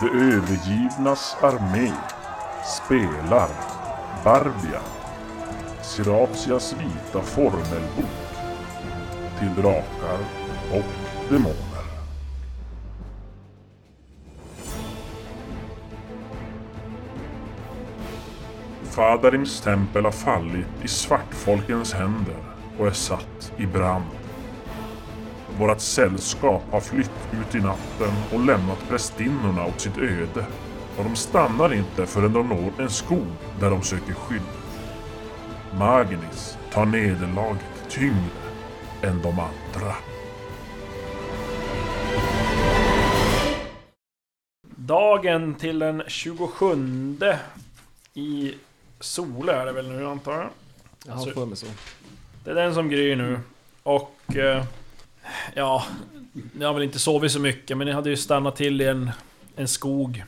De övergivnas armé spelar Barbia, Siratias vita formelbok till drakar och demoner. Fadarims tempel har fallit i svartfolkens händer och är satt i brand. Vårat sällskap har flytt ut i natten och lämnat prästinnorna åt sitt öde. Och de stannar inte förrän de når en skog där de söker skydd. Magnis tar nederlaget tyngre än de andra. Dagen till den 27 i Solö är det väl nu antar jag. Jag har för mig så. Det är den som gryr nu. Och... Eh, ja, ni har väl inte sovit så mycket men ni hade ju stannat till i en, en skog.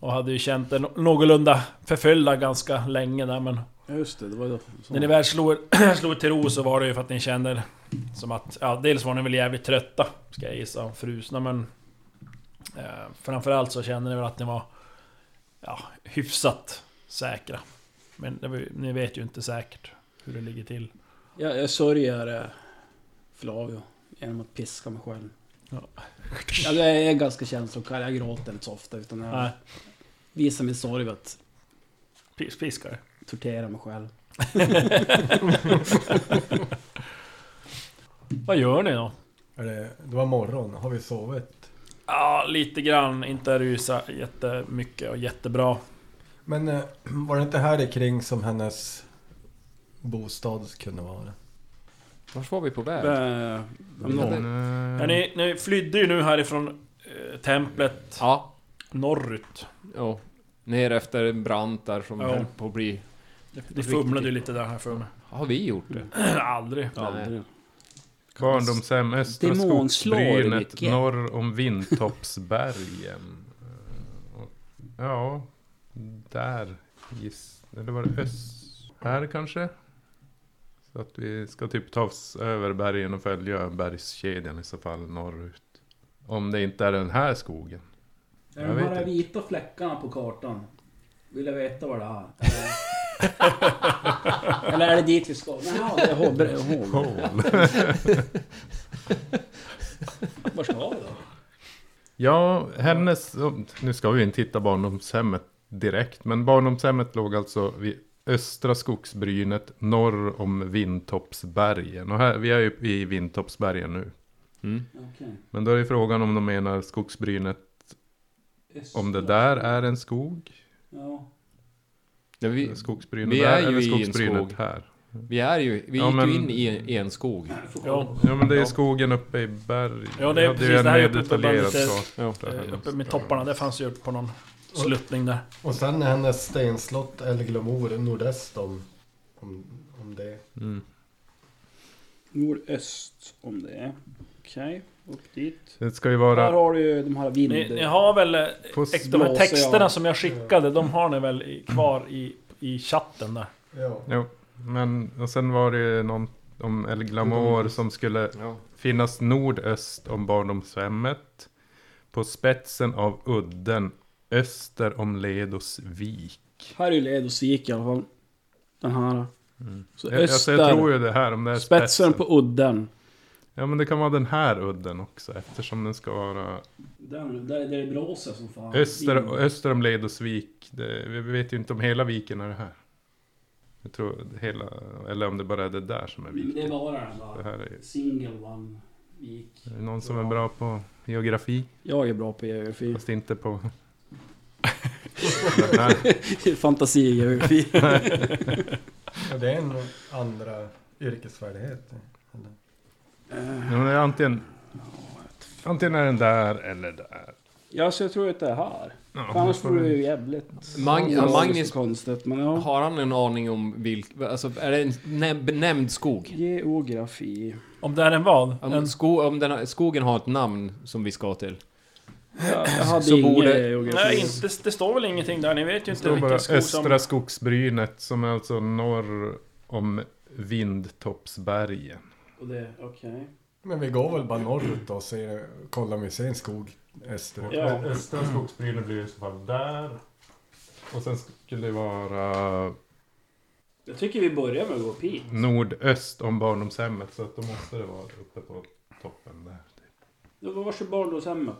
Och hade ju känt er nå- någorlunda förföljda ganska länge där men... Just det, det var ju... När ni väl slog, slog till ro så var det ju för att ni känner som att, ja dels var ni väl jävligt trötta, ska jag gissa, och frusna men... Eh, framförallt så känner ni väl att ni var, ja, hyfsat säkra. Men det var, ju- ni vet ju inte säkert hur det ligger till. Jag, jag sörjer eh, Flavio genom att piska mig själv. Ja. Ja, jag är ganska känslokall, jag gråter inte så ofta utan jag Nej, visar min sorg vid att pis, piskar. tortera mig själv. Vad gör ni då? Är det, det var morgon, har vi sovit? Ja, lite grann. Inte är det ju så jättemycket och jättebra. Men eh, var det inte här i kring som hennes bostad kunde vara? Vart var vi på väg? Eh, om Mm. någon. Mm. Ja, ni, ni flydde ju nu härifrån eh, templet Ja, norrut. jo. Ner efter en brant där som Ja. höll på att bli... Ni fumlade ju lite där här för mig. Har vi gjort det? Aldrig. Aldrig. Barndomshem Östra Demonslag, skogsbrynet Micke. norr om Vintoppsbergen. Eh, och- Ja, där giss... Eller var det öst? Här kanske? Så att vi ska typ ta oss över bergen och följa bergskedjan i så fall norrut. Om det inte är den här skogen. Är Jag de vet här inte. vita fläckarna på kartan? Vill jag veta vad det är? Eller, Eller är det dit vi ska? Nej, det är Hobbe. Var ska vi då? Ja, hennes... Nu ska vi inte hitta barndomshemmet direkt. Men barndomshemmet låg alltså vid östra skogsbrynet norr om Vintoppsbergen. Och här, vi är ju i Vintoppsbergen nu. Mm. Okej. Men då är ju frågan om de menar skogsbrynet, om det där är en skog? Ja. Ja, vi, Skogsbrynet vi där är ju i eller en skogsbrynet skog. här? vi är ju... Vi Ja, gick men- ju in i en, i en skog. Ja, Ja men det är Ja. skogen uppe i berg. Ja, det är Jag hade ju precis, en det här är mer uppe på detaljerad berget. Ja. karta här. uppe med topparna. Det fanns ju på någon sluttning där. Och sen är hennes stenslott Elglomor nordöst om, om, om det. Mm. Nordöst om det är. Okej, upp dit. Det ska ju Här vara... har du ju de här vind... Ni, ni har väl... eh, På ex- De här blåser, texterna ja. som jag skickade, de har ni väl i, kvar i, i chatten där? Ja. Jo, men och sen var det ju någon om El Glamour som skulle Ja. finnas nordöst om barndomshemmet. På spetsen av udden öster om Ledos vik. Här är ju Ledosvik i alla fall. Den här. Så Jag, alltså, öster. jag tror ju det här om det är spetsen på udden. Ja men det kan vara den här udden också eftersom den ska vara Den, där, där det blåser som fan. öster, öster om Ledosvik. Det, vi vet ju inte om hela viken är det här. Jag tror hela, eller om det bara är det där som är Det är viken. bara den där. Det här är ju, Single one. Vik. är det någon som är bra på geografi? Jag är bra på geografi. Fast inte på... den här. Fantasigeografi. Och det är en andra yrkesfärdighet. Eller? Ja, men det är antingen, antingen är den där eller där. ja, så jag tror att det är här. Ja, För annars får vore det vi- ju jävligt... Eh, Mag, ja, Magnus, Konstigt, men ja. har han en aning om vilk... Alltså, är det en näm- benämnd skog? Geografi. Om det är en vad? En, Om, sko, om den, har- skogen har ett namn som vi ska till. Jag, jag hade Så ingen borde- geografi. nej, inte, det står väl ingenting där. Ni vet ju Det inte står bara vilken skog som... östra skogsbrynet som är alltså norr om Vindtoppsbergen. Och det, okej. Men vi går väl bara norrut då och ser, kollar om vi ser en skog Österut. Ja. Ja. Östra skogsbrynen blir i så fall där. Och sen skulle det vara Jag tycker vi börjar med att gå upp hit. nordöst om barndomshemmet. Så att då måste det vara uppe på toppen där. Ja, men Vars är barndomshemmet?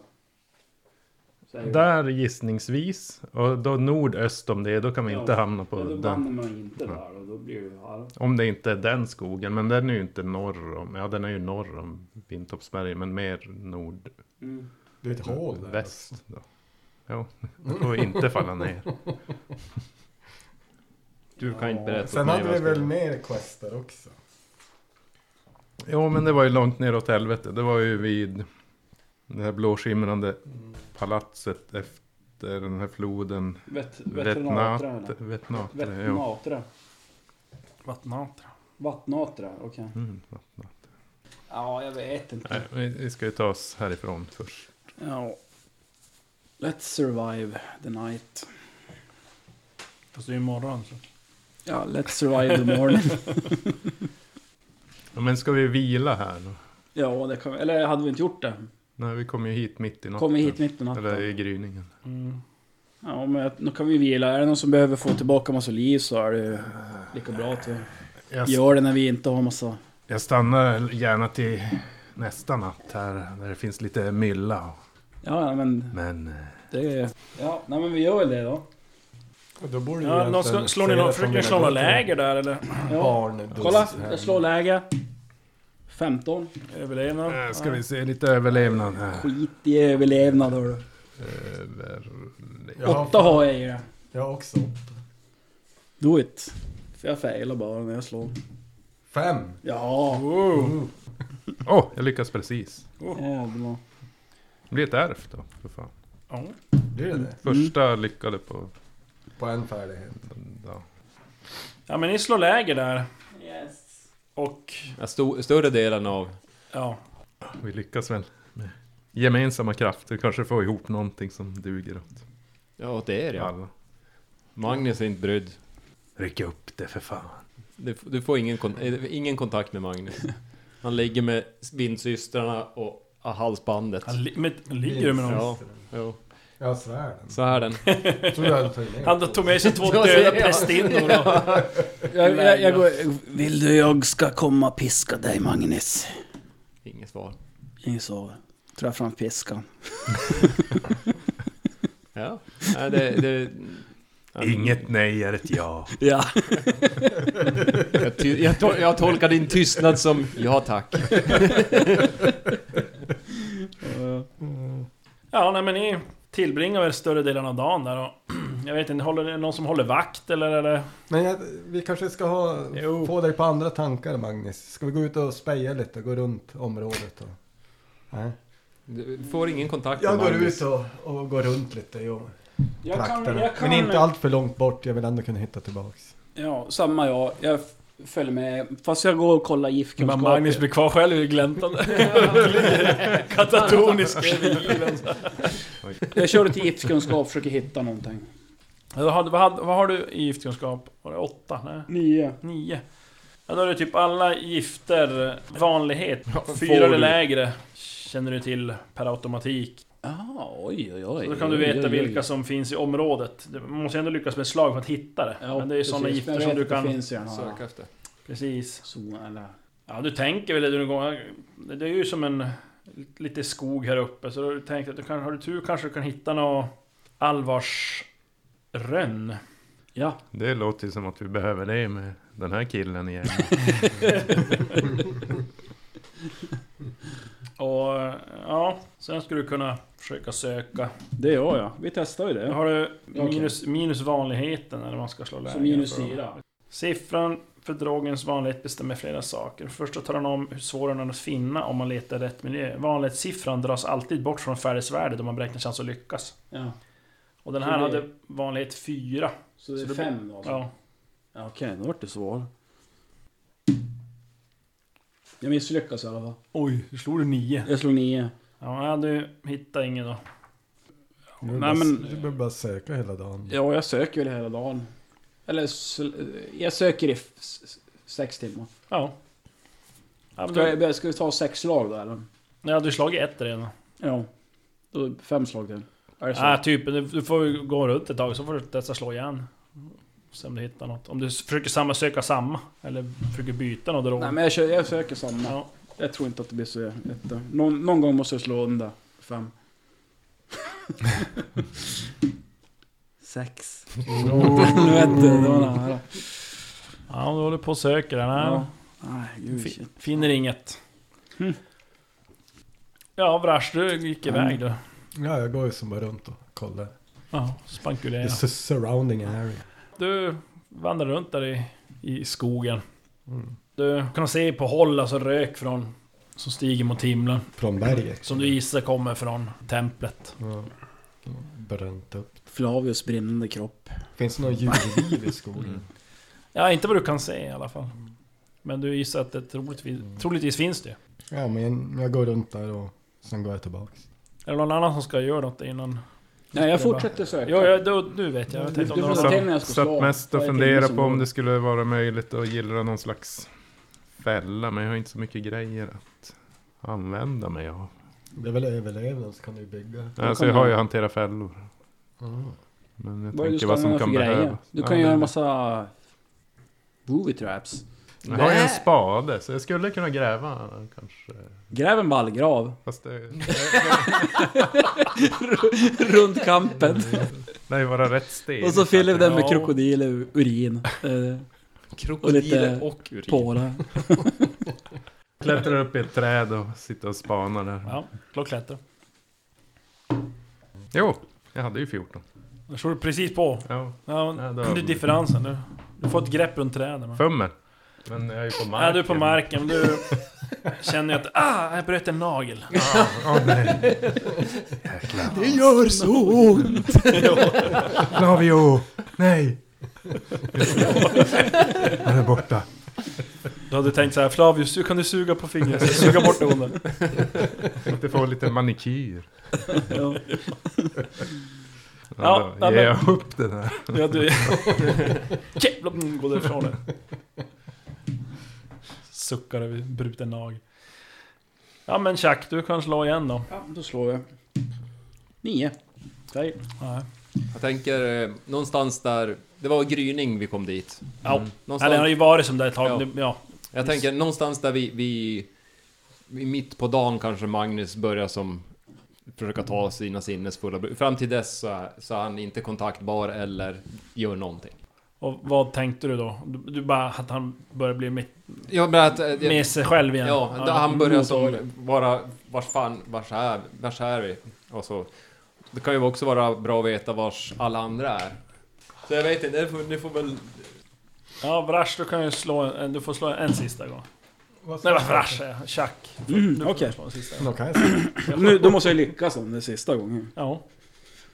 Säger vi. Där gissningsvis. Och då nordöst om det, då kan vi Ja. inte hamna på Ja, då den. bannar man inte där och då blir det ju halv. Om det inte är den skogen. Men den är ju inte norr om. Ja, den är ju norr om Vintorpsberg. Men mer nordväst. Mm. Det är ett hål där. Då. Jo, då får vi inte falla ner. Du kan inte berätta Sen åt mig hade vad vi jag ska- väl mer quester också? Jo, men det var ju långt neråt helvete. Det var ju vid det här blåskimrande Mm. palatset efter den här floden. Vet, veterinatra Vetnat, eller? vetnat, ja. Vetnatra. Vattnatra. Vattnatra, okej. Mm, vetnat. Ja, jag vet inte. Nej, vi- vi ska ju ta oss härifrån först. Ja. Let's survive the night. Fast det är ju imorgon så. Ja, let's survive the morning. Ja, men ska vi vila här då? ja, det kan vi. Eller hade vi inte gjort det? Nej, vi kom ju hit mitt i natten. Kom vi hit mitt i Eller i natten. gryningen. Mm. Ja, men jag- nu kan vi vila. Är det någon som behöver få tillbaka massa liv så är det ju lika bra att vi Jag, gör det när vi inte har massa... jag stannar gärna till nästa natt här, där det finns lite mylla. Ja, ja, men Men... eh, det... är- Ja, nej men vi gör väl det då. Och Då borde Ja, någon slår, slår ni någon, försöker ni slå något läger där eller? Ja. Barn, Kolla, jag slår läge. 15. Överlevnad? eh, Ska vi se lite överlevnad här. Skit i överlevnad hörru. Överlevnad. Jag har Åtta har jag i det. Jag har också åtta. Do it. För jag failar bara när jag slår. Fem! Ja, Oh. Mm. Wow. Åh, oh, jag lyckas precis. jävlar. Det blir ett ärft då, för fan. Ja. Blir det det? Mm. Första lyckade på... På en färdighet. Ja. Ja men ni slår läger där. Yes. Och... Ja, sto- Större delen av... Ja. Vi lyckas väl med gemensamma krafter. Kanske få ihop någonting som duger åt Ja, åt er ja. alla. Magnus är inte brydd. Ryck upp det för fan. Du, f- du får ingen, kon- eh, ingen kontakt med Magnus. Han ligger med vindsystrarna och ah, halsbandet. Han li- med, ligger du med någon? Ja. Jo, Jag svär den. så är den. Tror jag hade tagit ner. Han tog med sig två Ja, döda ja. prästinnor och... Jag, jag, jag går, vill du jag ska komma och piska dig Magnus? Inget svar. Ingen sover. Dra fram piskan. Ja, nej, det... det ja. Inget nej är ett ja. Ja. Jag, ty- jag, tol- jag tolkar din tystnad som ja tack. Ja nej men ni tillbringar väl större delen av dagen där och... Jag vet inte, håller det någon som håller vakt eller? eller? Men jag, vi kanske ska ha, få dig på andra tankar Magnus. Ska vi gå ut och speja lite, gå runt området och... Nej. Du får ingen kontakt med Jag går Magnus. ut och, och går runt lite i Jag kan, trakterna. jag kan, Men inte allt för långt bort, jag vill ändå kunna hitta tillbaks. Ja, samma jag. Jag f- följer med. Fast jag går och kollar Men giftkunskap. Magnus blir kvar själv i gläntan. Katatonisk. Jag kör till giftkunskap och försöker hitta någonting. Ja, Vad, hade- vad, hade- vad har du i giftkunskap? Var det åtta? Nej. Nio. Nio. Ja, då är det typ alla gifter, vanlighet, får fyra eller du. lägre känner du till per automatik. Ah, oj, oj, oj. Så då kan du oj, oj, veta oj. vilka som finns i området. Du måste ändå lyckas med slag för att hitta det. Ja, Men det är ju sådana precis. gifter Men jag som vet du att kan... det Finns ju en, Sök ja. efter. Precis. Så, eller... Ja, du tänker väl det du går... Det är ju som en... Lite skog här uppe, så då har du tänkt att du kan, har du tur kanske du kan hitta något allvarsrönn. Ja. Det låter ju som att vi behöver det med den här killen igen. Och ja, sen skulle du kunna försöka söka. Det gör jag. Vi testar ju det. Har du Okej. minus, minus vanligheten när man ska slå lägen? Så minus för- fyra. Siffran för drogens vanlighet bestämmer flera saker. Först så tar den om hur svår den är att finna om man letar i rätt miljö. Vanlighetssiffran dras alltid bort från färdighetsvärdet om man beräknar chans att lyckas. Ja. Och den Så här det- hade vanlighet 4. Så det Så är det fem då? alltså. Ja. Ja. ja okej, då vart det svår. Jag misslyckas i alla fall. Oj, du slog du 9. Jag slog nio. Ja, nej, du hittar ingen då. Du behöver Nej, bara- men- Du behöver bara söka hela dagen. Ja, jag söker väl hela dagen. Eller sl- jag söker i f- s- sex timmar. Ja. Ja, men Ska, du, jag, ska vi ta sex slag då eller? ja, du slagit ett redan. Ja. Då fem slag till. Är det så? Nej, typ. Du du får ju gå runt ett tag, så får du testa slå igen. Se om du hittar något. Om du s- försöker samma, söka samma, eller försöker byta något drog. Nej men jag, kör, jag söker samma. Ja. Jag tror inte att det blir så jätte... Någon, någon gång måste jag slå under fem. Sex. Nu vet du, det var nära. ja, du håller på och söker där. Nej. Ja. Nej, gud Fi- shit. Finner inget. Hmm. Ja, Vrash, du gick iväg du. Ja, jag går ju som bara runt och kollar. Ja, spankulerade. This is surrounding area. Du vandrar runt där i, i skogen. Mm. Du kan se på håll alltså rök från... Som stiger mot himlen. Från berget. Som du Mm. gissar kommer från templet. Ja. Bränt upp. Flavius brinnande kropp. Finns det något djurliv i skogen? Ja, inte vad du kan se i alla fall. Men du gissar att det Mm. troligtvis, troligtvis finns det. Ja, men jag går runt där och sen går jag tillbaks. Är det någon annan som ska göra något innan? Nej, jag fortsätter söka. Jo, ja, då, nu vet jag. jag Du tänkte om det får var säga någon... till när jag Satt, ska satt slå. mest och Vad är funderade killen på som om går? det skulle vara möjligt att gillra någon slags fälla, men jag har inte så mycket grejer att använda mig av. Det är väl överlevnad så kan du ju bygga. Alltså kan jag har man- Ah. ju hanterat fällor. Mm. Men jag Vad är det du tänker ska vad som använda kan för grejer? behövas. Du Ja, kan göra en men- massa... Booby traps. Jag har ju en spade, så jag skulle kunna gräva kanske. Gräv en vallgrav. Fast det... Runt kampen. Nej, vara rätt steg. Och så fyller vi den med Ja. krokodiler, ur- urin, eh, Krokodiler lite och, och urin. pålar. Klättrar upp i ett träd och sitter och spanar där. Ja, klockklättrar. Jo, jag hade ju 14. Då slår du precis på. Ja, Ja, Ja, men då- det är differensen. Du, du får ett grepp runt träden. va? fummer. Men jag är ju på marken. Ja, du är på marken. men Du känner ju att ah, jag bröt en nagel. Det gör så ont! Flavio! Nej! Han är borta. Du hade tänkt så här, Flavius, du kan du suga på fingret? Så Suga bort någon. Tänkte få lite manikyr. Ja, Ja. Ja, ja, då men- ger jag Alltså, upp den här. Ja, du... Jävlar, mm, gå därifrån nu. Suckar över bruten nagel. Ja men Chuck, du kan slå igen då. ja, då slår jag. Nio. Okej. Ja, Jag tänker eh, någonstans där, det var gryning vi kom dit. ja. Någonstans, Eller han har ju varit som det ett tag. Mm. Ja. nu, Ja. jag tänker någonstans där vi, vi, vi, mitt på dagen kanske Magnus börjar som försöka ta sina sinnesfulla... br- Fram till dess så är, så är han inte kontaktbar eller gör någonting. Och vad tänkte du då? Du, du bara att han börjar bli med, Jag menar att... eh, jag- med sig själv igen? Ja, Mm. där han börjar som vara, vars fan, vars är, vars är vi? Och så. Det kan ju också vara bra att veta vars alla andra är. Så jag vet inte, ni får, ni får väl... Ja, Vrash, du kan ju slå en, du får slå en sista gång. Vad sa Nej, vad du? Vrash säger jag. Chuck. Du Mm, får okej. slå en sista gång. Nå, kan jag säga. Nu, då måste jag lyckas om det är sista gången. Ja,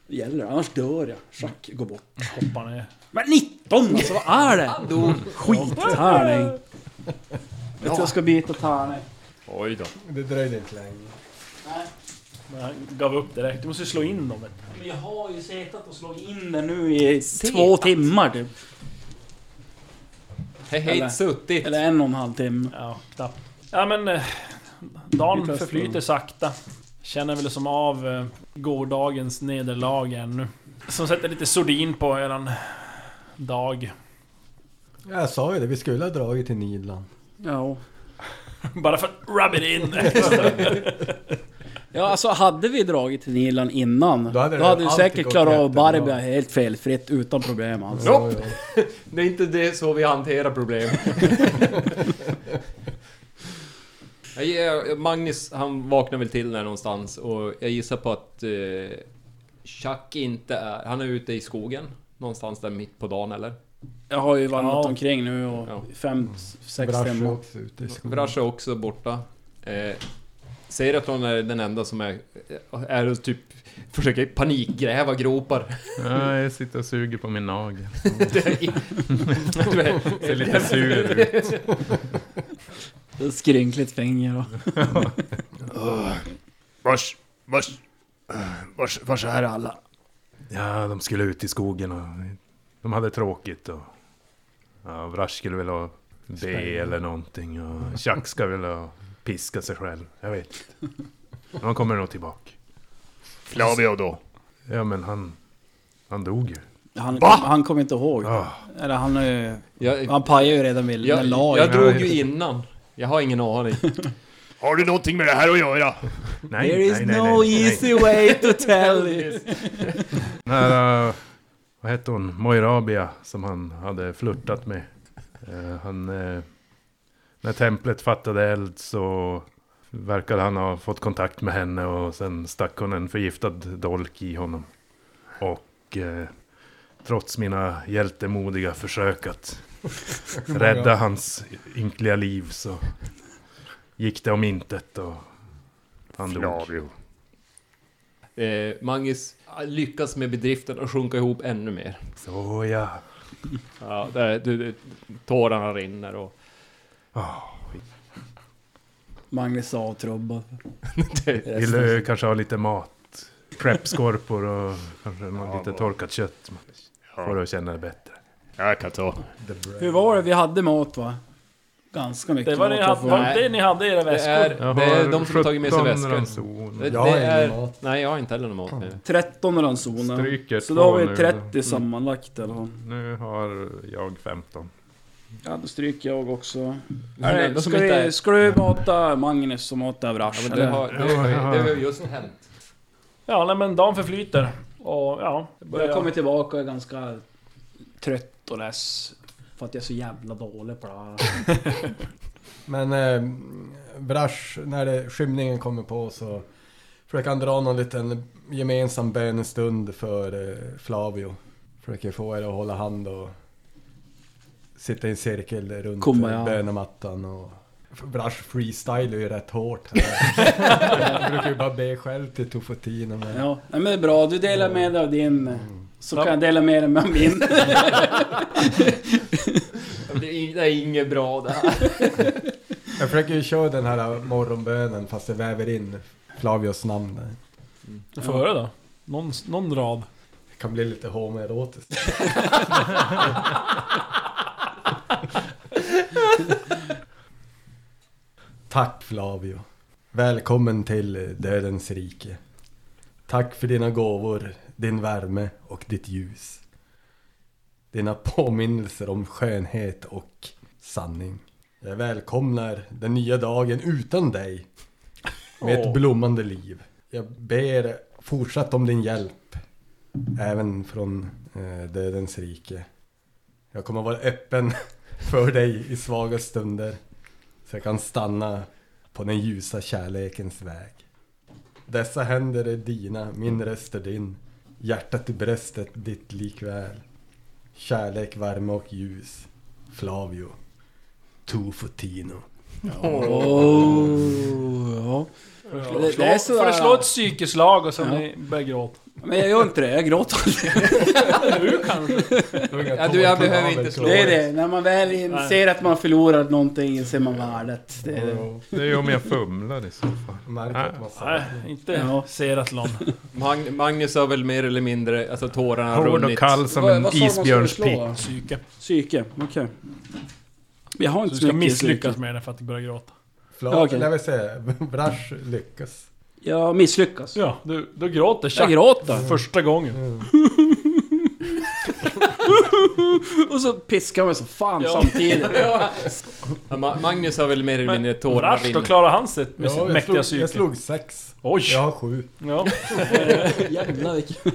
Det gäller, annars dör jag. Schack, gå bort. hoppar ner. Men 19 alltså, vad är det? Dog. Skittärning. Ja. Jag ska byta tärning. Oj då. Det dröjde inte länge. Men han gav upp direkt. Du måste ju slå in dem. vet du. Men jag har ju setat och slagit in den nu i två timmar typ. Hej hej, Eller- suttit. Eller en och en halv timme. Ja, knappt. Ja, men... eh, Dagen Vi testar. förflyter sakta. Känner väl som av eh, gårdagens nederlag ännu. Som sätter lite sordin på eran dag. Jag sa ju det, vi skulle ha dragit till Nilan. Ja. Bara för att rub it in! Ja, alltså hade vi dragit till Nilan innan, då Då hade hade, det vi alltid säkert gått klarat av jättebra. Barbia helt felfritt utan problem alls. Nope. Ja, ja. Det är inte det så vi hanterar problem. jag, ger- Magnus, han vaknar väl till där någonstans och jag gissar på att eh, Chuck inte är... Han är ute i skogen. Någonstans där mitt på dagen eller? Jag har ju vandrat Ja. omkring nu och Ja. fem, sex Mm. Brasch är timmar. också ute i skogen. Vrash är också borta. Eh, säger att hon är den enda som är... Är och typ... Försöker panikgräva gropar. Ja, jag sitter och suger på min nagel. Det är- Du vet, Ser lite sur ut. Ett Skrynkligt finger och... Vars, vars, vars, vars är alla? Ja, de skulle ut i skogen och de hade tråkigt. Och, ja, Vrash skulle väl ha B eller någonting. Och Chuck ska väl ha piska sig själv. Jag vet inte. Men han kommer nog tillbaka. Flavio då? Ja men han... Han dog ju. Han, Va? han kommer inte ihåg. Ah. Eller han, är ju- Jag, han pajade ju redan med jag, med jag, lagen. drog ju innan. Jag har ingen aning. Har du någonting med det här att göra? Nej, There is no easy way to tell you. När, eh, vad hette hon? Moirabia som han hade flörtat med. Eh, han, eh, när templet fattade eld så verkade han ha fått kontakt med henne och sen stack hon en förgiftad dolk i honom. Och eh, trots mina hjältemodiga försök att rädda hans ynkliga liv så gick det om intet och han dog. Flavio. Eh, Magnus lyckas med bedriften att sjunka ihop ännu mer. Så ja. Ja, där, du, du, tårarna rinner och... Magnus avtrubbad. Vill du kanske ha lite mat? Prepskorpor och kanske någon lite torkat kött. Får du känna dig bättre. Jag kan ta. Hur var det? Vi hade mat va? Ganska mycket Det var mat. det, ha- för- var det ni hade i era Det väskor? är, Jag det är har de som har tagit med sig 17 väskor. Det, ransoner. det Jag har är, ingen mat. nej, jag har inte heller någon mat nu. 13 ransoner. Stryker Så då har två vi nu. 30 sammanlagt eller vad? Nu har jag 15. Ja, då stryker jag också. Men Nej, ändå som ska, inte vi, är- ska du mata Magnus och mata Ja, Vrash? men det, eller? har, det, har, ju- det har ju just hänt. Ja, nej, men dagen förflyter. Och ja, det börjar... Jag kommer tillbaka och är ganska trött och less. För att jag är så jävla dålig på det här. Men eh, Brash, när det, skymningen kommer på så försöker han dra någon liten gemensam bönestund för eh, Flavio. Försöker få er att hålla hand och sitta i en cirkel runt Kumba, eh, ja. bönemattan. Och Brash freestylar ju rätt hårt. här. Han brukar ju bara be själv till Tofotina. Men... Ja, nej, men det är bra. Du delar med dig av din. Så kan jag dela med dig av min. Det är, det är inget bra det här. Jag försöker ju köra den här morgonbönen fast jag väver in Flavios namn där. Före då? Någon, någon rad? Det kan bli lite homoerotiskt. Tack Flavio. Välkommen till eh, Dödens rike. Tack för dina gåvor, din värme och ditt ljus. Dina påminnelser om skönhet och sanning. Jag välkomnar den nya dagen utan dig. Med ett blommande liv. Jag ber fortsatt om din hjälp. Även från eh, dödens rike. Jag kommer vara öppen för dig i svaga stunder. Så jag kan stanna på den ljusa kärlekens väg. Dessa händer är dina, min röst är din. Hjärtat i bröstet ditt likväl. Kärlek, värme och ljus. Flavio. Tufotino. oh, ja. Slå, Det- det är sådär- får du slå ett psykeslag och sen Ja. ni börjar gråta? Men jag gör inte det. Jag gråter aldrig. Du kanske? Ja, du, jag behöver inte slå. Det är det. När man väl inser att man förlorar någonting inser man värdet. Det är Oh. det. Det är ju om jag fumlar i så fall. Märk att man sa. Nej, inte Ja. Seratlon. Mag, Magnus har väl mer eller mindre, alltså tårarna har Hård och runnit. kall som Vad- en vad sa de man skulle isbjörnspick. slå då? Psyke. Psyke, okej. Jag har Så du ska inte mycket i psyke. misslyckas med det för att börja gråta. Flavio, Ja, okej. eller vad säger jag? Brash lyckas. Jag misslyckas. Ja, du, du gråter Jag Chuck. gråter. Första gången. Och så piskar jag mig som fan Ja. samtidigt. Ja, Ma- Magnus har väl mer eller mindre tårarna Rasch, då rinner. klarar han sitt med Ja, sitt jag, mäktiga slog, jag psyke. slog sex. Oj! Jag har sju. Ja. Jävlar vilken...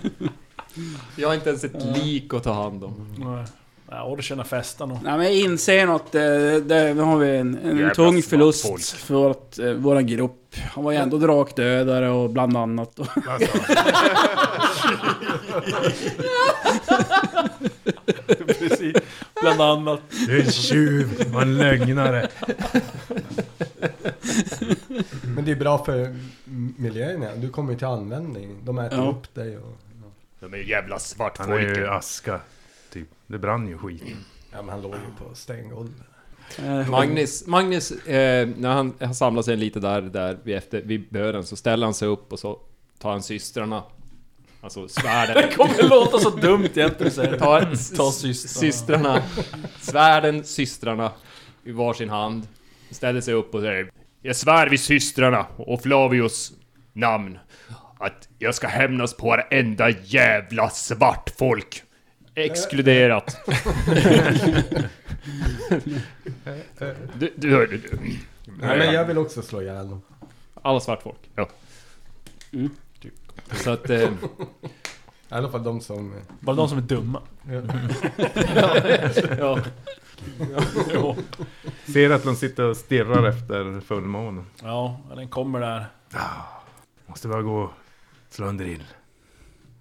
Jag har inte ens ett lik att ta hand om. Nej, Ja, orcherna festar nog. Nej men jag inser något. eh, Där har vi en, en Jävla tung smart förlust folk. för att, eh, våran grupp. Han var ju ändå drakdödare och bland annat. Eh, Och Precis. Bland annat. Du är en tjuv och en lögnare. Men det är bra för m- miljön. ja. Du kommer ju till användning. De äter Ja. upp dig och... De är ju jävla Han är ju svartfolket. aska. Typ. Det brann ju skit. Ja, men han låg ju på stänggolvet. Magnus, Magnus eh, när han, han samlar sig lite där, där vid, efter, vid böden så ställer han sig upp och så tar han systrarna. Alltså svärden. Det kommer låta så dumt egentligen säger det. tar Ta systrarna. systrarna. systrarna, svärden, systrarna i varsin hand. Ställer sig upp och säger Jag svär vid systrarna och Flavios namn att jag ska hämnas på varenda jävla svart folk. Exkluderat. du, du hörde du. Nej, men jag vill också slå ihjäl dem. Alla svartfolk. Ja. Mm. Typ. Så att... Eh, I alla fall de som... eh, Bara de som är dumma. Eh, ja. Jo. Ser att de sitter och stirrar efter fullmånen. Ja, den kommer där. Måste bara gå och slå en drill.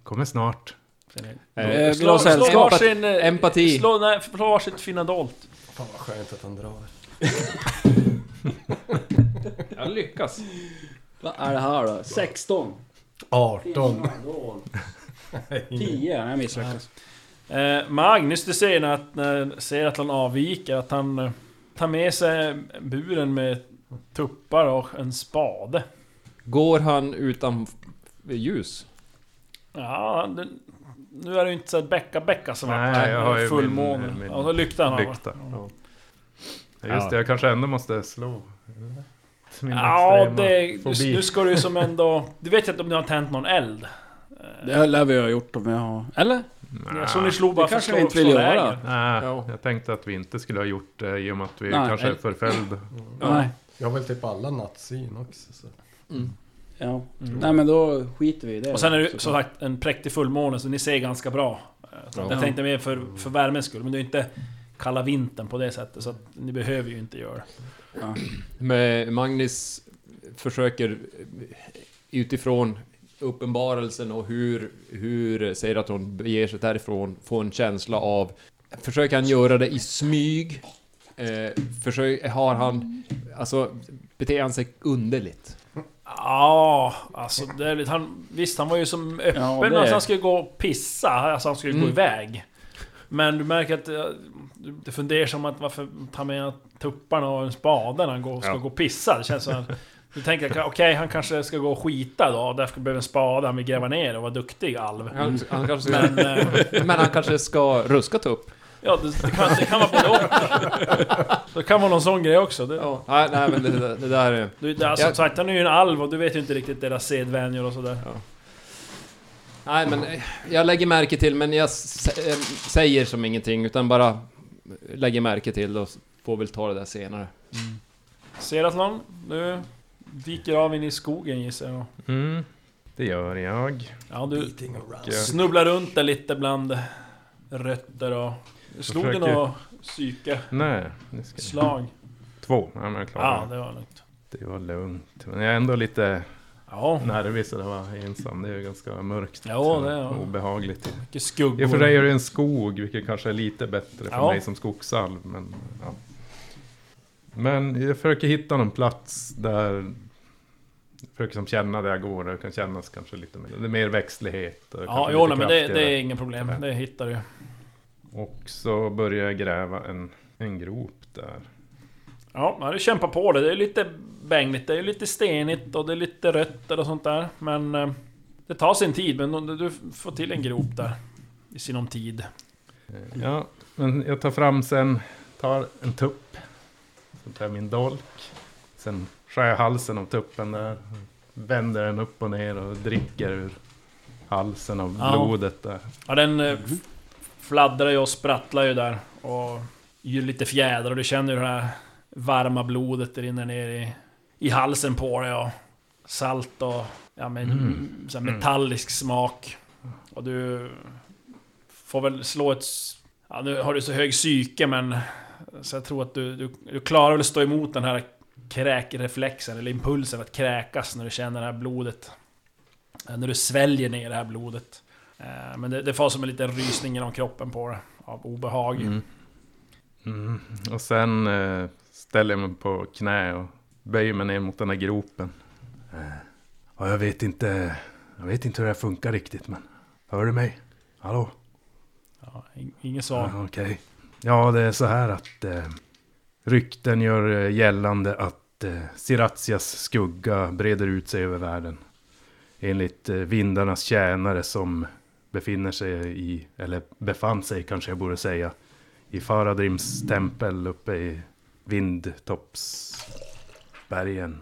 Kommer snart. Ser ni. Eh, vill ha sällskap. slå varsin, eh, Empati. Slå, nej, slå varsitt finadolt. Fan vad skönt att han drar. Jag lyckas. Vad är det här då? 16. 18. Finlandål. 10, nej jag misslyckas. Eh, Magnus, du ser när, att- när, ser att han avviker, att han eh, tar med sig buren med tuppar och en spade. Går han utan f- ljus? Ja, den, nu är det ju inte så att bäcka bäcka som Nej, varit, jag men har ju fullmåne. min- min ja, så lyktan har Lykta. Ja. Ja, just det, jag kanske ändå måste slå. eller? Min Ja, extrema det, fobi. nu ska du ju som ändå... Du vet ju inte om ni har tänt någon eld? Det lär vi ha gjort om jag har... Eller? Nej. Så ni slog bara Det kanske för vi att inte slå vill läger. göra. Nej, Ja. jag tänkte att vi inte skulle ha gjort det i och med att vi Nej, kanske är eh. nej. förföljda. Nej. Jag har väl typ alla nattsyn också. Så. Ja. Mm. Nej men då skiter vi i det. Och sen är det ju som sagt en präktig fullmåne så ni ser ganska bra. Så Ja. Jag tänkte mer för, för värmens skull, men det är ju inte kalla vintern på det sättet så att ni behöver ju inte göra det. Men Magnus försöker eh, utifrån uppenbarelsen och hur, hur säger att hon beger sig därifrån, få en känsla av... Försöker han göra det i smyg? Eh, försök, har han... Alltså, beter han sig underligt? Ja, alltså det är lite, han, visst han var ju som öppen, Ja, det alltså, är- han skulle gå och pissa, alltså han skulle gå Mm. iväg. Men du märker att eh, du du funderar som att varför tar med tupparna och en spade när han går, ska Ja. gå och pissa? Det känns som att du tänker att okej, han kanske ska gå och skita då, därför behöver en spade, han vill gräva ner och vara duktig alv. Han, han kanske ska, Men, eh, Mm. men han kanske ska ruska tupp? ja det, det, kan, det kan vara både och. Det kan vara någon sån grej också. Det, Ja. Nej, nej, men det, det, det där... är- du, det, alltså, Jag- som sagt, han är ju en alv och du vet ju inte riktigt deras sedvänjor och sådär. Nej, men eh, jag lägger märke till, men jag s- eh, säger som ingenting, utan bara lägger märke till och s- får väl ta det där senare. Ser att någon nu viker av in i skogen gissar jag. Mm, det gör jag. Ja, du Beating around. Jag snubblar runt där lite bland rötter och... Slog du försöker- något psyke? Nej, nu ska jag... Slag? Två. Ja, men jag Ja, klarar det. det var lugnt. Det var lugnt. Men jag är ändå lite Ja, nervig så det var ensam. Det är ju ganska mörkt. Ja, så det är- Obehagligt. mycket I och för sig skuggor. är det en skog, vilket kanske är lite bättre för Mm. Ja. mig som skogsalv. Men, ja. men jag försöker hitta någon plats där... Jag försöker som känna där jag går. Det kan kännas kanske lite mer, det är mer växtlighet. och Ja, kanske jo, nej, lite men det, det kraftigare. är inga problem. Det hittar du. Och så börjar jag gräva en, en grop där. Ja, men du kämpar på det. Det är lite bängligt, det är lite stenigt och det är lite rötter och sånt där. Men... eh, Det tar sin tid, men du- du får till en grop där. I sinom tid. Ja, men jag tar fram sen, tar en tupp. Så tar jag min dolk. Sen skär jag halsen av tuppen där. Vänder den upp och ner och dricker ur halsen av Ja. blodet där. Ja, den eh, f- fladdrar ju och sprattlar ju där. Och gör lite fjädrar och du känner ju det här varma blodet det rinner ner i, i halsen på dig. Och salt och ja, men, Mm. så här metallisk smak. Och du får väl slå ett... s- Ja, nu har du så hög psyke men... Så jag tror att du, du, du klarar väl att stå emot den här kräkreflexen eller impulsen att kräkas när du känner det här blodet. Eh, När du sväljer ner det här blodet. Eh, Men det, det får som en liten rysning genom kroppen på det. Av obehag. Mm. Mm. Och sen eh, ställer jag mig på knä och böjer mig ner mot den här gropen. Eh, Ja, jag vet inte. Jag vet inte hur det här funkar riktigt men. Hör du mig? Hallå? Ja, in- ingen svar. Ja, okej. Ja, det är så här att eh, rykten gör eh, gällande att eh, Sirazias skugga breder ut sig över världen. Enligt eh, vindarnas tjänare som befinner sig i, eller befann sig kanske jag borde säga, i Faradrims tempel uppe i Vindtoppsbergen.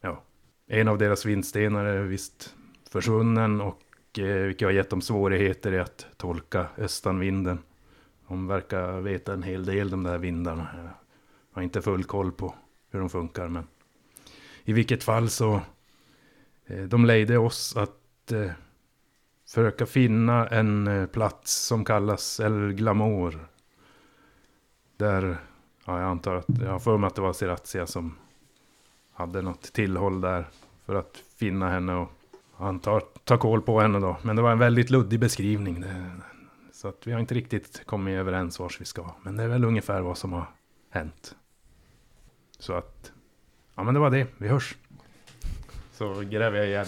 Ja, en av deras vindstenar är visst försvunnen och eh, vilket har gett dem svårigheter i att tolka östanvinden. De verkar veta en hel del de där vindarna. Jag har inte full koll på hur de funkar men i vilket fall så eh, de lejde oss att eh, försöka finna en eh, plats som kallas El Glamour. Där, ja, jag antar att, jag har för mig att det var Seratia som hade något tillhåll där för att finna henne och antar ta koll på henne då. Men det var en väldigt luddig beskrivning. Det, så att vi har inte riktigt kommit överens vars vi ska. Men det är väl ungefär vad som har hänt. Så att, ja men det var det, vi hörs. Så gräver jag igen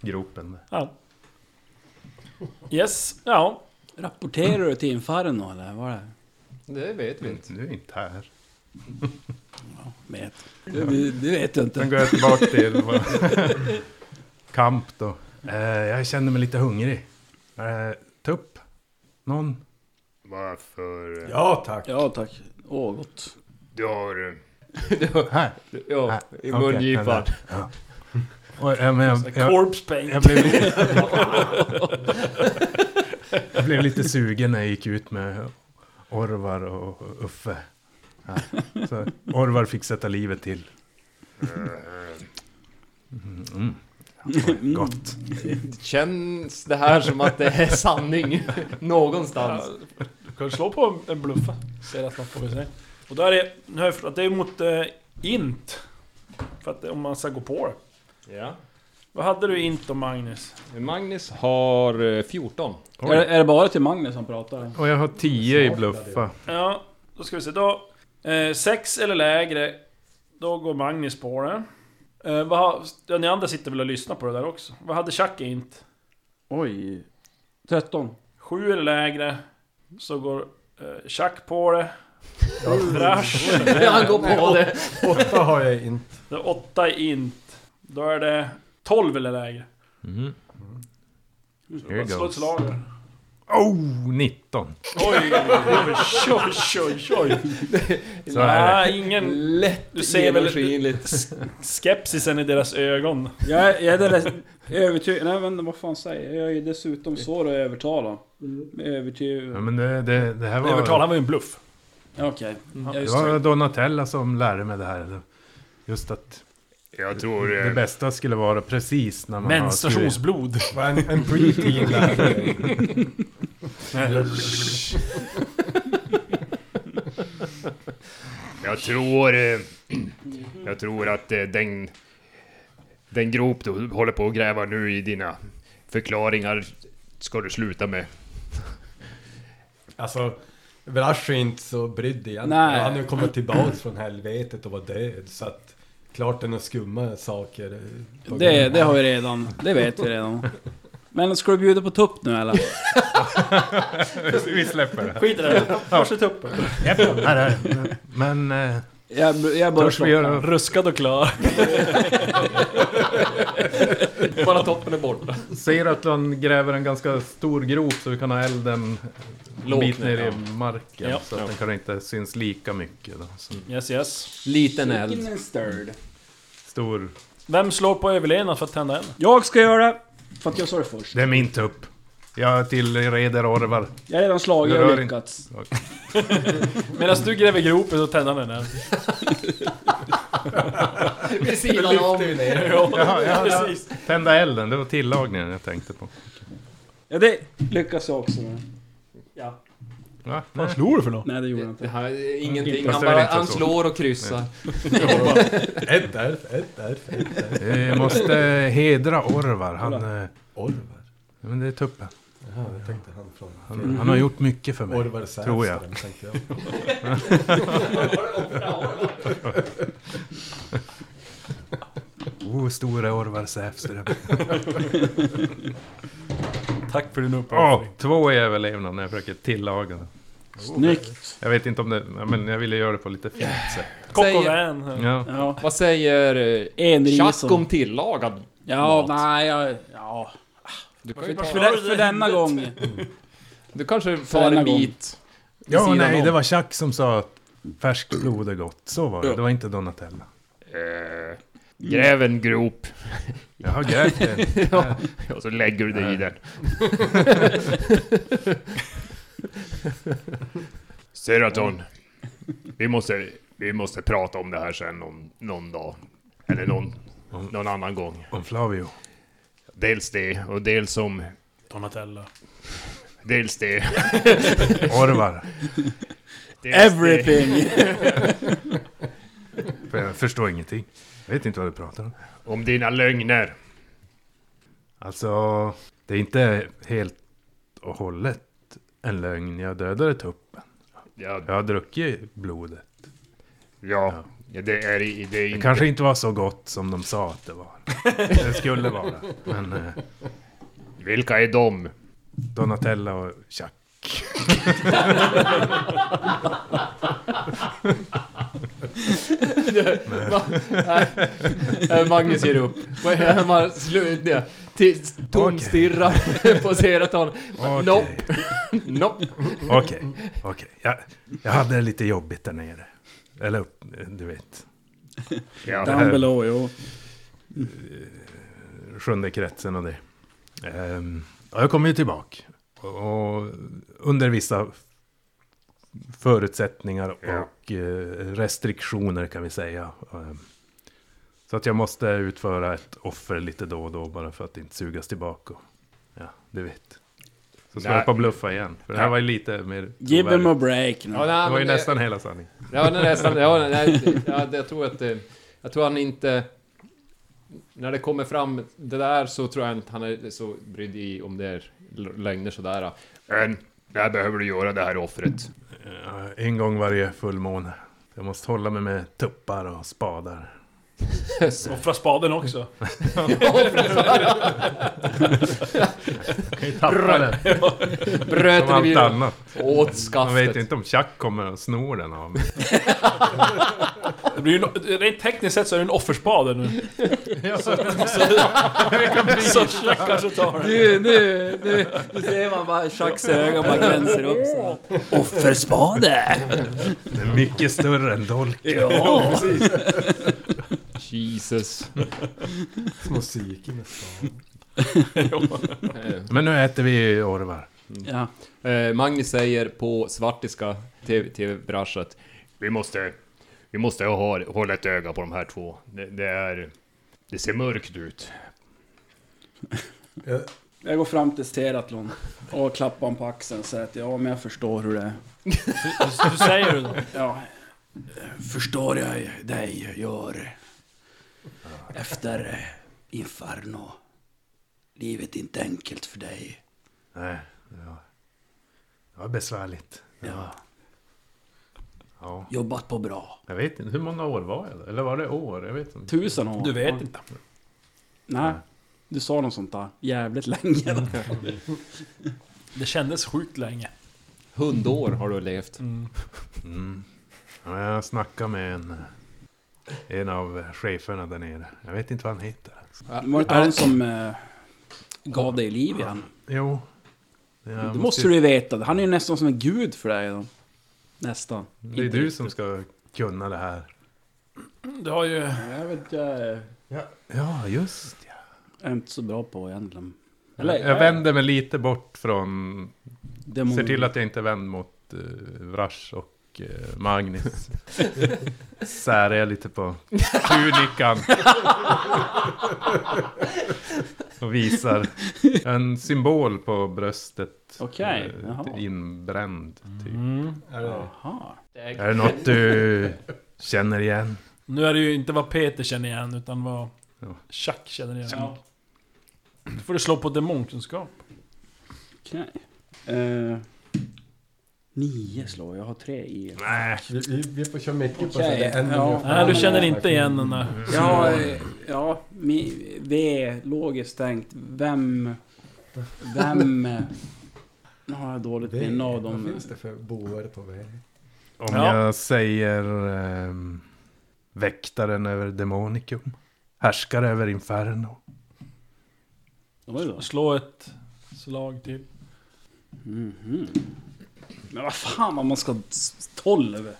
gropen. där. Ja. Yes, ja. Rapporterar du till infaren då eller? Vad är det? Det vet vi inte. Du är inte här. Vet. Det, det, det vet jag inte. Sen går jag tillbaka till vad- kamp då. Eh, jag känner mig lite hungrig. Eh, tupp? Någon? Varför? eh, Ja tack. Ja tack. Åh gott. Du har... eh, Här? Ja, i okej, mungipan. den där. Ja. Oj, ja, men jag, jag, Corpse paint. jag, blev lite, jag blev lite sugen när jag gick ut med Orvar och Uffe. Ja. Så Orvar fick sätta livet till. Mm, Mm. Oj, Gott. Känns det här som att det är sanning någonstans? Du kan slå på en bluffa. Ser att man får vi se. Och då är det... Nu har jag förstått att det är mot eh, int. För att om man ska gå på det. Ja. Vad hade du i int och Magnus? Magnus har eh, 14. Är, det- är det bara till Magnus som pratar? Och jag har 10 i bluffa. Ja, då ska vi se. Då... Eh, sex eller lägre. Då går Magnus på det. Eh, vad har, ja, ni andra sitter väl och lyssnar på det där också? Vad hade Chuck i int? Oj. 13. Sju eller lägre. Så går eh, Chuck på det. Brash. Han går på det. Åtta har jag inte. Det är åtta i int. Då är det 12 eller lägre. Mm. Here Slå ett goes. slag där. Oh, 19. Oj, oj, oj, oj. Så är det. Nej, ingen Lätt Du ser väl- genomskinligt. skepsisen i deras ögon. Jag, jag är dess- övertygad... Nej men vad fan säger jag? Jag är ju dessutom svår att övertala. Med Ja, Övertygad... men det, det, det här var... Övertal, han var ju en bluff. Okej. Ja, Det just var Donatella som lärde mig det här. Just att Jag tror... det eh, bästa skulle vara precis när man har skurit. Menstruationsblod. Vad En, en preteen lärde mig. Jag tror... eh, Jag tror att eh, den... Den grop du håller på att gräva nu i dina förklaringar ska du sluta med. Alltså, Vrash är inte så brydd egentligen. Nej. Han har ju kommit tillbaks från helvetet och var död. Så att klart det är några skumma saker. eh, på Det, gång. det har vi redan. Det vet vi redan. Men ska du bjuda på tupp nu eller? Vi släpper det. Skit i det. Första tuppen. Här är det. Men eh, Jag, jag börjar törs vi slå. göra... Ruskad och klar. Bara toppen är borta. Ser att han gräver en ganska stor grop så vi kan ha elden en Lågt bit ner, ner ja. i marken. Ja. Mm. Så att den kanske inte syns lika mycket. Då. Så Yes, yes. Liten eld. stor... Vem slår på överlevnad för att tända elden? Jag ska göra det! För att jag sa det först. Det är min tupp. Jag tillreder Orvar. Jag har redan slagit Du rör och inte. lyckats. Medan du gräver gropen så tänder han den här. Vid sidan om. Jaha, ja, ja. Precis. Tända elden, det var tillagningen jag tänkte på. Ja det lyckas jag också med. Va? Nej. slår du för något? Nej det gjorde jag Det inte. här är ingenting. Fast Han, det är bara, inte han så. slår och kryssar. Ett där, ett där, ett där. Vi måste eh, hedra Orvar. Han, eh, Orvar. men det är tuppen. Jaha, jag tänkte han från... Han, han har gjort mycket för mig. Orvar Säfström, Tror jag. tänkte jag. Oh, stora Orvar Säfström. Tack för din Åh, uppoffring. två i överlevnad när jag försöker tillaga den. Snyggt! Jag vet inte om det... ja, Men jag ville göra det på lite fint sätt. Kock och Säger- vän. Ja. Ja. Vad säger eh, En ris Chuck om och... tillagad? Ja, mat? nej jag... Ja. Du, kan ju För, ta, det, för denna gång. du kanske tar denna en gång. bit. vid Ja, sidan nej, om. det var Chuck som sa att färskt blod är gott. Så var det. Det var inte Donatella. Eh, gräv en grop. Jag har grävt den. ja, och så lägger du dig i den. Seraton, vi måste, vi måste prata om det här sen någon, någon dag. Eller någon, någon annan gång. Om Flavio. Dels det, och dels om... Donatella. Dels det. Orvar. Dels det. Everything. För jag förstår ingenting. Jag vet inte vad du pratar om. Om dina lögner. Alltså, det är inte helt och hållet en lögn. Jag dödade tuppen. Ja, Jag har druckit blodet. ja, ja det är, i- det är Det inte... kanske inte var så gott som de sa att det var. Det skulle vara. Men eh, Vilka är de? Donatella och Chuck. Eh, Magnus ger upp. Vad är det? Man slut ner. Till- Tomstirrar på Seraton. Okej. Nope. Nope. Okej, okej. Jag, jag hade det lite jobbigt där nere. Eller upp, du vet. Ja, det här- Down below, jo. Sjunde kretsen och det. Ehm, ja, jag kommer ju tillbaka. Och, och under vissa förutsättningar Ja. och eh, restriktioner kan vi säga. Ehm, så att jag måste utföra ett offer lite då och då bara för att inte sugas tillbaka. Och, ja, du vet. Så ska Nej. jag på bluffa igen. För det här Nej. var ju lite mer... Give him trovärdigt. a break nu. Ja, nej, Det var ju men, eh, nästan hela sanningen. Ja, nej, nästan. Ja, nej, nej, ja, det- jag tror att... eh, Jag tror han inte... När det kommer fram det där så tror jag inte han är så brydd i om det är l- lögner sådär. men, när behöver du göra det här offret? Ja, En gång varje fullmåne. Jag måste hålla mig med tuppar och spadar. Offra spaden också. Tappa den, Bröt den som i allt bilen. annat. Åt Man vet skaftet. inte om Chuck kommer och snor den av mig. Det blir ju, en- rent tekniskt sett så är det en offerspade nu. Så Chuck kanske tar den. Nu, nu, nu, nu ser man bara Chucks ögon bara glänser upp så. Offerspade! Den är mycket större än dolken. Ja! Jesus. Små psyken nästan. Eh, Men nu äter vi orvar. ja. Eh, Magnus säger på svartiska TV-braschet. Vi måste, vi måste ha, hålla ett öga på de här två. Det, det är... Det ser mörkt ut. Jag, Jag går fram till Steratlon och klappar honom på axeln och säger att ja, men jag förstår hur det är. Hur säger du då? Ja. Förstår jag dig gör. Efter eh, Inferno. Livet är inte enkelt för dig. Nej, ja. Det var besvärligt. Ja. Ja. Jobbat på bra. Jag vet inte, hur många år var jag då? Eller var det år? Jag vet inte. Tusen år. Du vet inte. Nej. Du sa något sånt där. Jävligt länge. Mm. Det kändes sjukt länge. Hundår har du levt. Mm. Ja, jag snackade med en, en av cheferna där nere. Jag vet inte vad han heter. Var det inte han som eh, gav dig liv igen? Jo. Jag Det måste du ju veta. Han är ju nästan som en gud för dig. då. Nästan. Det är du som ska kunna det här. Du har ju... Jag vet jag är Ja, just ja. inte så bra på egentligen. Jag vänder mig lite bort från... eh, Demon. Ser till att jag inte vänder mot uh, Vrash och eh, Magnus. Särar jag lite på tunikan. och visar en symbol på bröstet. Okej, eh, jaha. Mm. Inbränd, typ. Mm. är det, Jaha. Är det något du känner igen? Nu är det ju inte vad Peter känner igen, utan vad Ja. Chuck känner igen. Då får du slå på demonkunskap. Okej. Eh, nio slår jag, jag har tre E. i. vi, vi, vi får köra mycket på Okej, det. Än ja. om jag får Nej, du alla känner de här inte igen den där. Ja, eh, ja mi, V, logiskt tänkt. Vem... Vem... eh, Nu har jag dåligt V. minne av Vad dem. finns det för boar på väg? Om Ja. jag säger ehm, väktaren över demonicum, härskare över inferno. Oj då. Slå ett slag till. Mhm. Men vad fan vad man ska s- tolv?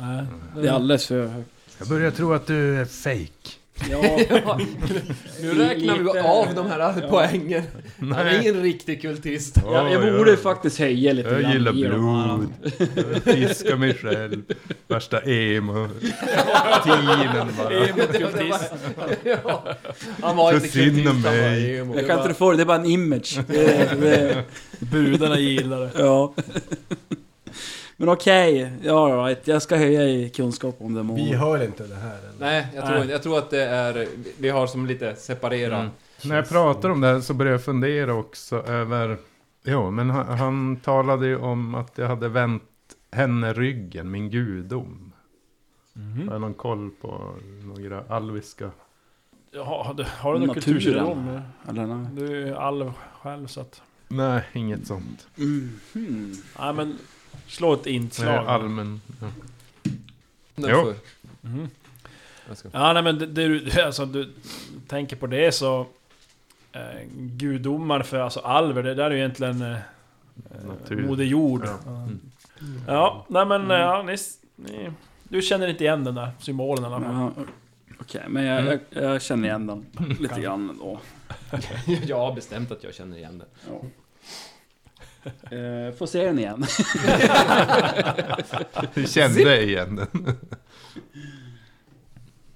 Nej. Det är alldeles för högt. Jag börjar tro att du är fake. Ja. nu räknar vi Lite- av de här ja. poängen. Han är Nej. en riktig kultist. Jag, Ja, jag ja. borde faktiskt höja lite Jag gillar i de här. blod. Jag fiskar mig själv. Värsta emo. Tinen bara. typ Emokultist. Ja. Han var Så inte synd om kultist, han var mig. emo. Jag kan inte få det, det är bara en image. Det, är- det, är- Brudarna gillar det. ja. Men okej, ja all right. jag ska höja i kunskap om Vi demoner. hör inte det här eller? Nej, jag tror, Nej. inte- jag tror att det är... Vi har som lite separerat. Mm. När jag pratar om det här så börjar jag fundera också över... Jo, men han, han talade ju om att jag hade vänt henne ryggen, min gudom. Mhm. Har jag någon koll på några alviska? Ja, du, har du någon Naturen. kultur om Eller nej. Du är ju alv själv så att... Nej, inget sånt. Mhm. Nej men... Slå ett Nej, inslag. allmän. Ja. Därför- Jo. Mhm. Jag ska- Ja, nej men det, det du, alltså, du tänker på det så... Eh, gudomar för alltså alver, det där är ju egentligen... Eh, eh, Natur. Moder jord. Ja. Mm. Ja, ja nej men eh, ja, ni, s- ni, Du känner inte igen den där symbolen eller? Ja, Okej, men jag, Mm. jag, jag känner igen den lite grann ändå. jag har bestämt att jag känner igen det. Ja. Eh, får se den igen. Du kände igen den.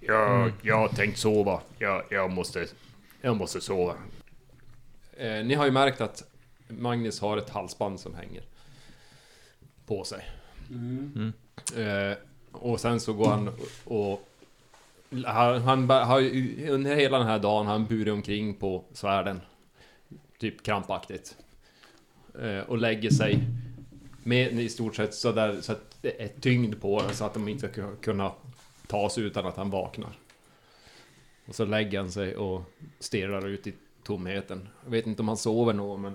Jag, Mm. jag har tänkt sova. Jag, jag, måste, jag måste sova. Eh, ni har ju märkt att Magnus har ett halsband som hänger på sig. Eh, och sen så går han och... och han, han bär- har ju under hela den här dagen har han burit omkring på svärden. Typ krampaktigt. Eh, och lägger sig med i stort sett så, där, så att det är tyngd på den så att de inte ska ku- kunna ta sig utan att han vaknar. Och så lägger han sig och stirrar ut i tomheten. Jag vet inte om han sover nog, men...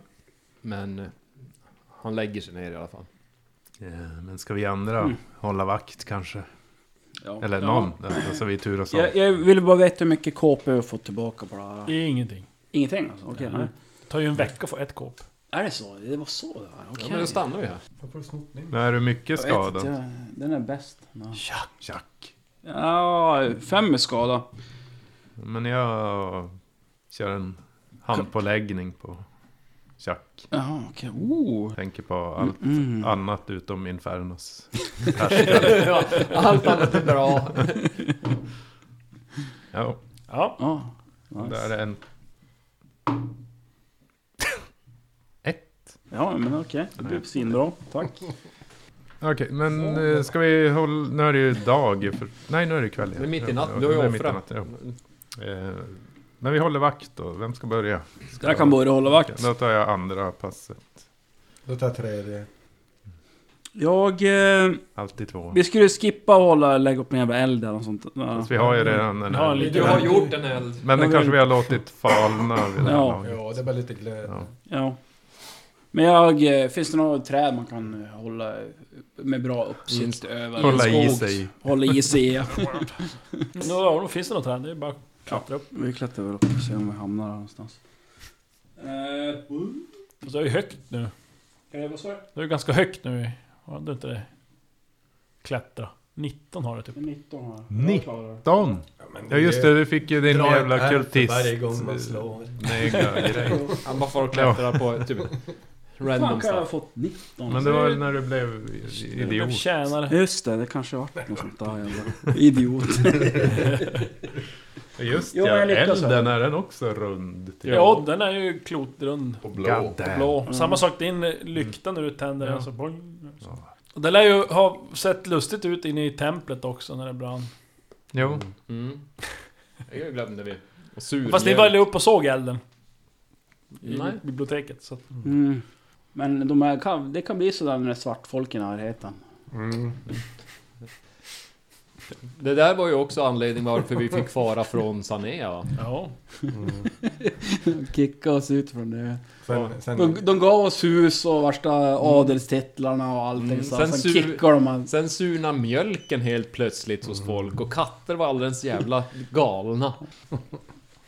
Men... eh, Han lägger sig ner i alla fall. Eh, Men ska vi andra hålla vakt kanske? Ja. Eller Mm. Ja. någon? Ja. alltså, Så vi turas om. Jag, jag vill bara veta hur mycket KP jag har fått tillbaka på det här. Ingenting. Ingenting alltså? Okej, Nej. nej. Det tar ju en vecka att få ett kåp. Är det så? Det var så det var? Okej. Ja, men då stannar vi här. Varför har du snott min? Nu är du mycket Jag vet skadad. inte, Den är bäst. Ja. Jack. Ja, fem är skada. Men jag kör en handpåläggning på Jack. Jaha, okej. Oh. Tänker på allt Mm. annat utom Infernos. Ja, Allt annat är bra. Ja, Ja. Ja. där Nice. är en. Ja, men okej. Det blev svinbra. Tack. Okej, men eh, ska vi hålla... Nu är det ju dag. För... Nej, nu är det kväll. ja. Det är mitt i Ja, natten, du har ju det är mitt i offrat. natten, ja. Eh, Men vi håller vakt då. Vem ska börja? Ska Jag kan börja hålla vakt. Då tar jag andra passet. Då tar jag tredje. Jag... Eh, Alltid två. vi skulle skippa och hålla, lägga upp en jävla eld eller något sånt. Ja. Fast vi har ju redan den Ja, här. lite- Du har gjort en eld. Jag Men den kanske vill- vi har låtit falna vid det här Ja. laget. Ja, det är bara lite glöd. Ja. ja. Men jag... eh, Finns det några träd man kan eh, hålla med bra uppsikt över? Hålla i Skog. sig. Hålla i sig. ja. Nå, då finns det något här. Det är bara att klättra upp. Vi klättrar väl upp och ser om vi hamnar här någonstans. Och så är det ju högt nu. Eh, vad sa du? Det är ju ganska högt nu. Har du inte det? Klättra. 19 har du typ. 19 här. 19. Don! men Ja just det, du fick ju din drar ett jävla R för kultist. Mm. Varje gång man slår. Nega grej. Han bara far och klättrar på typ Fan random kan jag ha stuff. fått 19? Men det var väl när du blev Du blev idiot. tjänare. Just det, det kanske vart något sånt där jävla idiot. Just Jo, ja, jag lyckas elden är den också rund? Typ. Ja, den är ju klotrund. och God damn. Blå. Samma sak, din lykta när du tänder den Ja. så boing. Och Det lär ju ha sett lustigt ut inne i templet också när det brann. Jo, Mm. Det glömde vi. Och sur Fast ni var ju upp och såg elden. I Nej. biblioteket. Så att, Mm. Men de här kan, det kan bli sådär när det är svartfolk i närheten. Mm. Mm. Det där var ju också anledning varför vi fick fara från Sanea va? ja. Kicka oss ut från det. Sen, sen, De, de gav oss hus och värsta adelstitlarna och allting Mm, så. sen Sen, sur- kickar de alltså. man. Sen surna mjölken helt plötsligt hos folk och katter var alldeles jävla galna.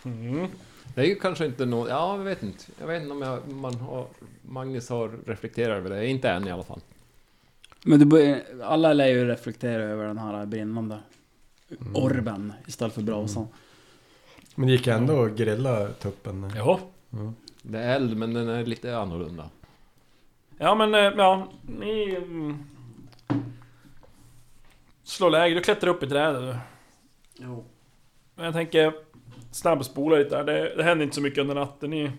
Mm. Det är ju kanske inte något... Ja, jag vet inte. Jag vet inte om jag, man har, Magnus har reflekterat över det. Inte än i alla fall. Men du bör, alla Mm. lär ju reflektera över den här brinnande orben istället för brasan. Men det gick ändå att grilla tuppen. Jaha. Ja. Det är eld, men den är lite annorlunda. Ja men, eh, ja, ni... mm, Slår läge, du klättrar upp i trädet du. Jo. Men jag tänker snabbspola lite där. Det, det händer inte så mycket under natten. Ni,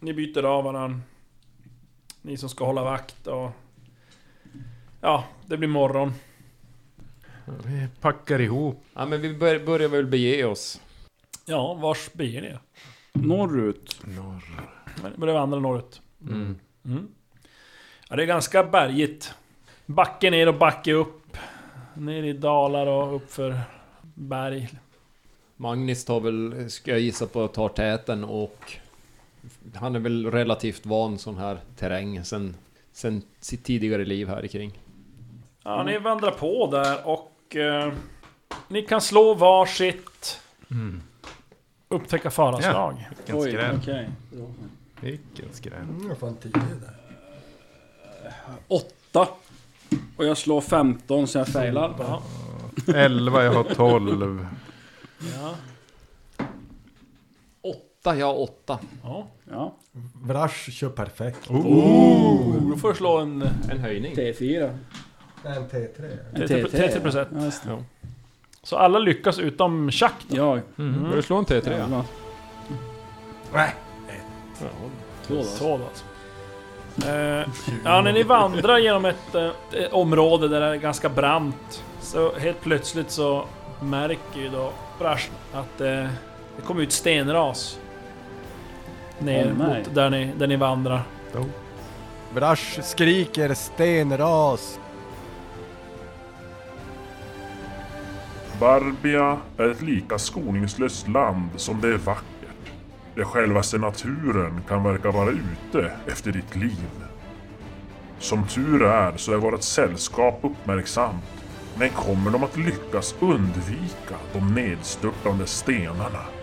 ni byter av varandra. Ni som ska hålla vakt och... Ja, det blir morgon. Vi packar ihop. Ja, men vi bör, börjar väl bege oss. Ja, vars beger ni er? Norrut. Norr. Men ni börjar vandra norrut. Mm. Ja, det är ganska bergigt. Backe ner och backe upp. Ner i dalar och uppför berg. Magnus tar väl, ska jag gissa på, tar täten och han är väl relativt van sån här terräng sen, sen sitt tidigare liv här kring. Ja, ni vandrar på där och... Eh, ni kan slå varsitt... Mm. Upptäcka faraslag. Vilken Oj, okej. skräll. Vilken skräll. Mm, vad fan tio där. Åtta. Och jag slår 15 så jag failar. Ja. Elva, jag har tolv. Ja. Åtta, jag har åtta. ja. Ja. Vrash kör perfekt. Oh, då får du slå en... En höjning. T4. En T3. 30%. 30%. Ja, just det. Så alla lyckas utom Chuck då. Ja, Bör du slå en T3? jävlar. Så då alltså. Eh, ja, när ni vandrar genom ett, eh, ett område där det är ganska brant så helt plötsligt så märker ju då Brash att eh, det kommer ut stenras. Ner Åh, nej. mot där ni, där ni vandrar. Vrash skriker stenras. Barbia är ett lika skoningslöst land som det är vackert. Där självaste naturen kan verka vara ute efter ditt liv. Som tur är så är vårt sällskap uppmärksamt. Men kommer de att lyckas undvika de nedstörtande stenarna?